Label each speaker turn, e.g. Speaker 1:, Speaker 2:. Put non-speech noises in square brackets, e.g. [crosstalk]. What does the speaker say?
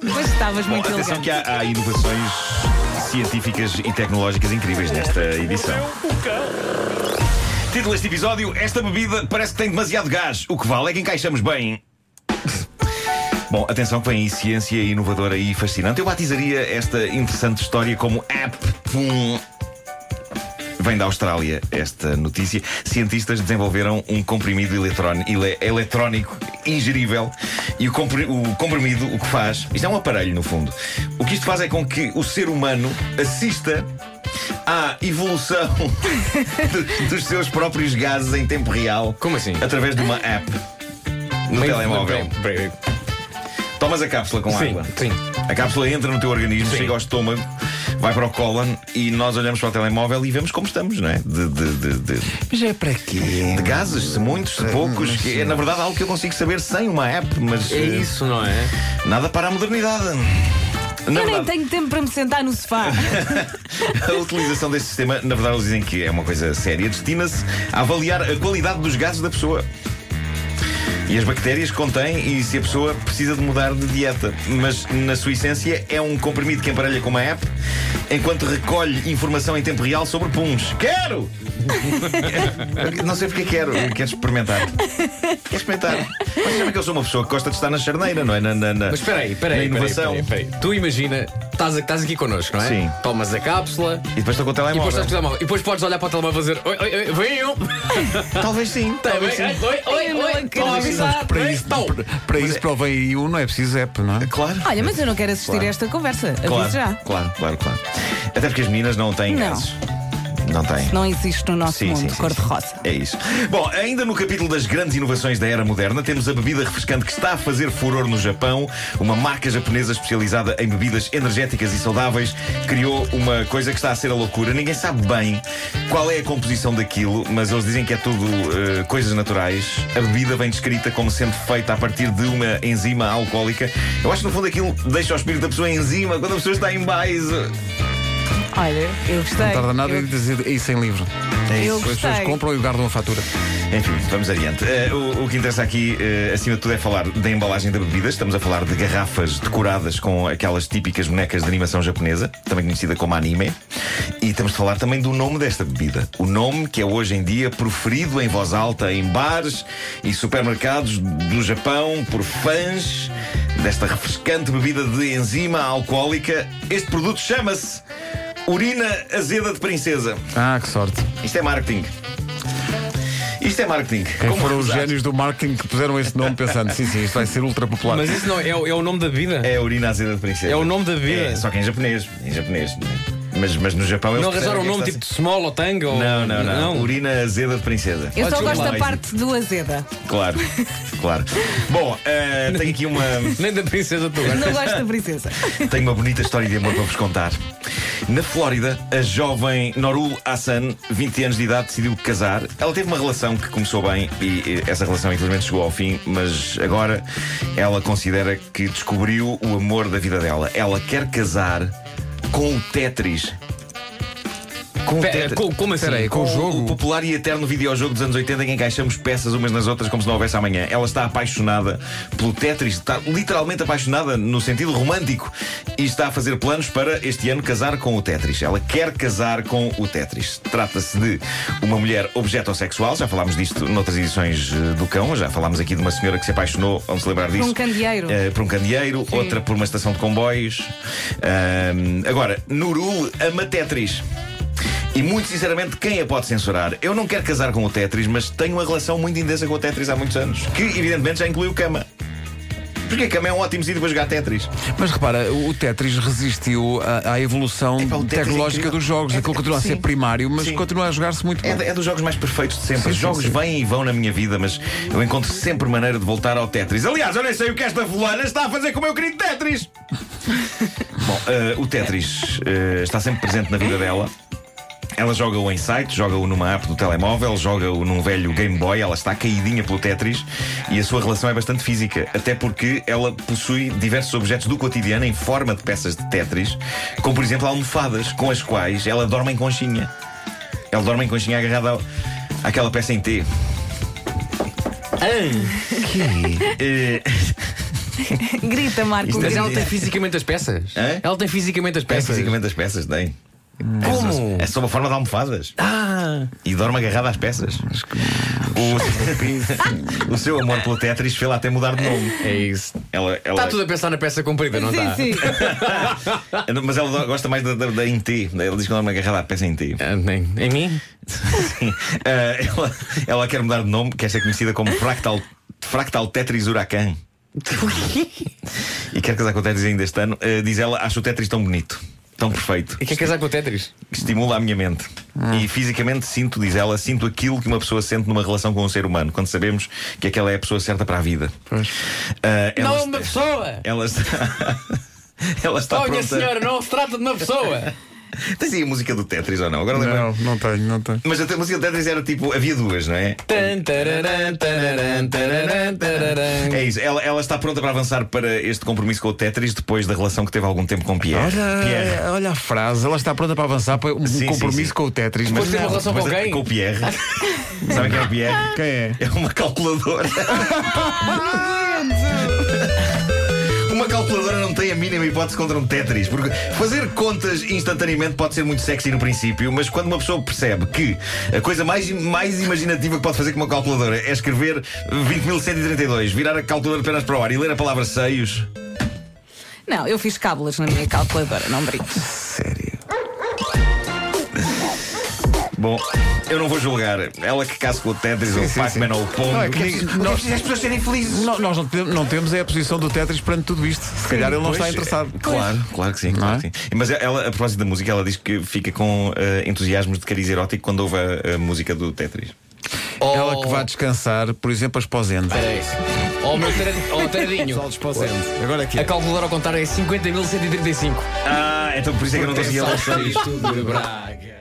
Speaker 1: Pois estavas
Speaker 2: Bom,
Speaker 1: muito
Speaker 2: atenção
Speaker 1: elegante.
Speaker 2: que há, há inovações científicas e tecnológicas incríveis nesta edição. Título deste episódio: Esta bebida parece que tem demasiado gás. O que vale é que encaixamos bem. Bom, atenção que vem aí ciência inovadora e fascinante. Eu batizaria esta interessante história como App Hum. Pum. Vem da Austrália esta notícia. Cientistas desenvolveron um comprimido eletrón- ele- eletrónico ingerível. E o, compri- o comprimido, o que faz. Isto é um aparelho, no fundo. O que isto faz é com que o ser humano assista à evolução [laughs] do- dos seus próprios gases em tempo real.
Speaker 3: Como assim?
Speaker 2: Através de uma app. No
Speaker 3: Meio-
Speaker 2: telemóvel.
Speaker 3: meio- meio- meio-
Speaker 2: Tomas a cápsula com
Speaker 3: Sim,
Speaker 2: água.
Speaker 3: sim.
Speaker 2: A cápsula entra no teu organismo,
Speaker 3: Sim.
Speaker 2: chega ao estômago, vai para o cólon e nós olhamos para o telemóvel e vemos como estamos, não é? De, de- de- de-
Speaker 4: Mas é para quê?
Speaker 2: de gases, se muitos, se poucos. que é na verdade algo que eu consigo saber sem uma app, mas
Speaker 3: É
Speaker 2: eh,
Speaker 3: isso, não é?
Speaker 2: nada para a modernidade. Na
Speaker 1: Eu nem
Speaker 2: é verdade,
Speaker 1: tenho tempo para me sentar no
Speaker 2: [laughs]
Speaker 1: sofá.
Speaker 2: a utilização deste sistema, na verdade, eles dizem que é uma coisa séria. Destina-se a avaliar a qualidade dos gases da pessoa. E as bactérias que contém e se a pessoa precisa de mudar de dieta. Mas, na sua essência, é um comprimido que emparelha com uma app enquanto recolhe informação em tempo real sobre puns. Quero! [laughs] Não sei porque quero. Quero experimentar. Quero experimentar. Mas sabe que eu sou uma pessoa que gosta de estar na charneira, não é? Na, na- na-
Speaker 3: Mas espera aí, espera
Speaker 2: na
Speaker 3: aí. espera aí,
Speaker 2: inovação.
Speaker 3: espera aí, espera aí. Tu imagina, estás, a- estás aqui connosco, não é?
Speaker 2: Sim. É
Speaker 3: Tomas a cápsula
Speaker 2: E depois estou com o
Speaker 3: e depois
Speaker 2: telemóvel.
Speaker 3: estás com o telemóvel. E depois podes olhar para o telemóvel e fazer: Oi, oi, oi, venham!
Speaker 2: Talvez sim.
Speaker 3: Tá
Speaker 2: Talvez sim.
Speaker 3: Oi, oi,
Speaker 2: é
Speaker 1: Eu não
Speaker 3: oi,
Speaker 1: acredito.
Speaker 3: estão a
Speaker 2: um
Speaker 3: é? avisar!
Speaker 4: Para
Speaker 3: vem,
Speaker 4: isso,
Speaker 3: estão.
Speaker 4: para, para isso provém aí um, não é preciso app, não é?
Speaker 2: Claro.
Speaker 1: Olha, mas eu não quero assistir a esta conversa.
Speaker 2: Claro,
Speaker 1: Aviso já.
Speaker 2: claro, claro, claro. Até porque as meninas não têm
Speaker 1: Não.
Speaker 2: gases. Não têm.
Speaker 1: Não existe no nosso
Speaker 2: Sim, sim,
Speaker 1: mundo
Speaker 2: sim,
Speaker 1: cor-de-rosa.
Speaker 2: É isso. Bom, ainda no capítulo das grandes inovações da era moderna, temos a bebida refrescante que está a fazer furor no Japão. Uma marca japonesa especializada em bebidas energéticas e saudáveis criou uma coisa que está a ser a loucura. Ninguém sabe bem qual é a composição daquilo, mas eles dizem que é tudo eh, coisas naturais. A bebida vem descrita como sendo feita a partir de uma enzima alcoólica. Eu acho que no fundo aquilo deixa o espírito da pessoa em enzima quando a pessoa está em baixo.
Speaker 1: Olha, eu gostei.
Speaker 4: Não tarda nada
Speaker 1: eu...
Speaker 4: em dizer isso em livro.
Speaker 2: É
Speaker 1: Eu
Speaker 2: isso.
Speaker 4: As pessoas
Speaker 1: gostei.
Speaker 4: compram e guardam a fatura.
Speaker 2: Enfim, vamos adiante. Eh, o, o que interessa aqui, eh, acima de tudo, é falar da embalagem da bebida. Estamos a falar de garrafas decoradas com aquelas típicas bonecas de animação japonesa, também conhecida como anime. E estamos a falar também do nome desta bebida. O nome que é hoje em dia proferido em voz alta em bares e supermercados do Japão por fãs desta refrescante bebida de enzima alcoólica. Este produto chama-se Urina Azeda de Princesa.
Speaker 4: Ah, que sorte.
Speaker 2: Isto é marketing. Isto é marketing.
Speaker 4: Quem um foram os
Speaker 2: usar?
Speaker 4: génios do marketing que puseram esse nome pensando, sim, sim, isto vai ser ultra popular.
Speaker 3: Mas isso não é, o- é o nome da vida?
Speaker 2: É a urina azeda de princesa.
Speaker 3: É o nome da vida.
Speaker 2: É, só que em japonês. Em japonês. né? Mas, mas no Japão eles
Speaker 3: Não
Speaker 2: percebem
Speaker 3: arranjaram um
Speaker 2: o que é que
Speaker 3: nome tipo
Speaker 2: está
Speaker 3: de Small ou Tango?
Speaker 2: a
Speaker 3: ou-
Speaker 2: ser. Não, não, não, Urina azeda de princesa.
Speaker 1: Eu só
Speaker 3: Ótimo.
Speaker 1: gosto da
Speaker 2: Mais.
Speaker 1: parte do azeda.
Speaker 2: Claro,
Speaker 1: [laughs]
Speaker 2: claro. Bom, eh, tenho aqui uma.
Speaker 3: Nem da princesa tu agora.
Speaker 1: Não
Speaker 4: assim.
Speaker 1: gosto da princesa.
Speaker 2: Tenho uma bonita história de amor para vos contar. Na Flórida, a jovem Norul Hassan, 20 anos de idade, decidiu casar. Ela teve uma relação que começou bem e eh, essa relação infelizmente chegou ao fim, mas agora ela considera que descobriu o amor da vida dela. Ela quer casar com o Tetris. [laughs] Com o
Speaker 3: Pera,
Speaker 2: Tetris.
Speaker 3: co- como assim?
Speaker 4: Espera aí, com o
Speaker 2: O
Speaker 4: jogo.
Speaker 2: popular e eterno videojogo dos anos 80 em que encaixamos peças umas nas outras como se não houvesse amanhã. Ela está apaixonada pelo Tetris, está literalmente apaixonada no sentido romântico e está a fazer planos para este ano casar com o Tetris. Ela quer casar com o Tetris. Trata-se de uma mulher objeto-sexual, já falámos disto noutras edições eh, do Cão, já falámos aqui de uma senhora que se apaixonou, vamos lembrar disso.
Speaker 1: um candeeiro.
Speaker 2: Eh, por um candeeiro, outra por uma estação de comboios. Ahm, agora, Nurul ama Tetris. E muito sinceramente, quem a pode censurar? Eu não quero casar com o Tetris, mas tenho uma relação muito intensa com o Tetris há muitos anos. Que, evidentemente, já incluiu cama. Porque a cama é um ótimo sítio para jogar Tetris.
Speaker 4: Mas repara, o Tetris resistiu à, à evolução
Speaker 2: Epá, o Tetris é
Speaker 4: tecnológica
Speaker 2: incrível.
Speaker 4: dos jogos.
Speaker 2: É-
Speaker 4: Aquilo continua a
Speaker 2: sim.
Speaker 4: ser primário, mas
Speaker 2: Sim.
Speaker 4: continua a jogar-se muito
Speaker 2: É,
Speaker 4: bem.
Speaker 2: de- é dos jogos mais perfeitos de sempre.
Speaker 4: Sim,
Speaker 2: Os
Speaker 4: sim,
Speaker 2: jogos
Speaker 4: sim.
Speaker 2: vêm e vão na minha vida, mas eu encontro sempre maneira de voltar ao Tetris. Aliás, eu nem sei o que esta fulana está a fazer com o meu querido
Speaker 4: [laughs]
Speaker 2: Tetris. Bom, eh, o Tetris eh, está sempre presente na vida dela. Ela joga-o em site, joga-o numa app do telemóvel, joga-o num velho Game Boy. Ela está caidinha pelo Tetris e a sua relação é bastante física, até porque ela possui diversos objetos do cotidiano em forma de peças de Tetris, como por exemplo almofadas, com as quais ela dorme em conchinha. Ela dorme em conchinha agarrada ao- àquela peça em T.
Speaker 3: [laughs] Ah,
Speaker 2: Eh,
Speaker 1: [laughs] Grita, Marco.
Speaker 2: Isto é
Speaker 3: Mas ela
Speaker 1: grita.
Speaker 3: tem fisicamente as peças?
Speaker 2: Hã?
Speaker 3: Ela tem fisicamente as
Speaker 2: É
Speaker 3: peças.
Speaker 2: fisicamente as peças, tem.
Speaker 3: Como?
Speaker 2: É sob a forma de almofadas.
Speaker 3: Ah!
Speaker 2: E dorme agarrada às peças. O, o seu [laughs] amor pelo Tetris fez-la até mudar de nome.
Speaker 3: É isso.
Speaker 2: Ela, ela-
Speaker 3: Está Tá tudo a pensar na peça comprida, não tá? está?
Speaker 1: Sim, sim.
Speaker 2: Mas ela gosta mais da, da, da em T. Ela diz que dorme agarrada à peça em T.
Speaker 3: Ah, nem- Em mim?
Speaker 2: [laughs] Sim. Ah, ela, ela quer mudar de nome, quer ser conhecida como Fractal, Fractal Tetris
Speaker 3: [laughs]
Speaker 2: Huracan. E quer casar com o Tetris ainda este ano. Ah, diz ela: Acho o Tetris tão bonito, tão perfeito,
Speaker 3: E quer casar com o Tetris?
Speaker 2: que estimula a minha mente.
Speaker 3: Ah.
Speaker 2: E fisicamente sinto, diz ela, sinto aquilo que uma pessoa sente numa relação com um ser humano, quando sabemos que aquela é a pessoa certa para a vida. Ah, ela
Speaker 3: Não é
Speaker 2: está-
Speaker 3: uma pessoa!
Speaker 2: Ela está. [laughs] Ela está
Speaker 3: Oh, minha
Speaker 2: pronta.
Speaker 3: senhora, não se trata de uma pessoa!
Speaker 2: Tens aí a música do Tetris ou não? Agora lembra
Speaker 4: Não, não tenho, não tenho.
Speaker 2: Mas a música do Tetris era tipo, havia duas, não é?
Speaker 3: Tan, tararan, tararan, tararan, tararan.
Speaker 2: É isso, ela, ela está pronta para avançar para este compromisso com o Tetris depois da relação que teve há algum tempo com Pierre. Pierre.
Speaker 4: Olha, olha a frase, ela está pronta para avançar para um
Speaker 2: Sim, sim,
Speaker 4: compromisso
Speaker 2: sim.
Speaker 4: com o Tetris.
Speaker 3: Depois
Speaker 4: Mas
Speaker 3: teve uma
Speaker 4: não.
Speaker 3: relação com
Speaker 2: Depois da-
Speaker 3: alguém?
Speaker 2: Com o
Speaker 3: [laughs]
Speaker 2: Pierre. Sabe quem é o Pierre?
Speaker 4: Quem é?
Speaker 2: É uma
Speaker 3: [laughs]
Speaker 2: calculadora. Uma calculadora não tem a mínima hipótese contra um Tetris, porque fazer contas instantaneamente pode ser muito sexy no princípio, mas quando uma pessoa percebe que a coisa mais, mais imaginativa que pode fazer com uma calculadora é escrever 20.132, virar a calculadora apenas para o ar e ler a palavra seios.
Speaker 1: Não, eu fiz cábulas na minha calculadora, não brinco.
Speaker 2: Sério? Bom, eu não vou julgar. Ela que casa com o Tetris, ou o Pac-Man ou o Pong.
Speaker 4: Não, é
Speaker 2: O
Speaker 4: que
Speaker 2: que é
Speaker 4: ninguém-
Speaker 2: que- o que é que precisa as pessoas serem felizes.
Speaker 4: No- Nós não temos, não temos é a posição do Tetris perante tudo isto. Se calhar ele não está
Speaker 2: Pois,
Speaker 4: interessado.
Speaker 2: é, Claro, claro que sim, claro que sim. Mas ela, a propósito da música, ela diz que fica com eh, entusiasmos de cariz erótico quando ouve a, a música do Tetris.
Speaker 4: Ela que
Speaker 3: Oh.
Speaker 4: vai descansar, por exemplo, as posendas.
Speaker 3: Espera aí. Oh, meu taradinho. Oh, taradinho.
Speaker 4: Agora aqui.
Speaker 3: A calculadora ao contar é 50.135.
Speaker 2: Ah, então por isso é que eu não estou a seguir a
Speaker 3: Braga.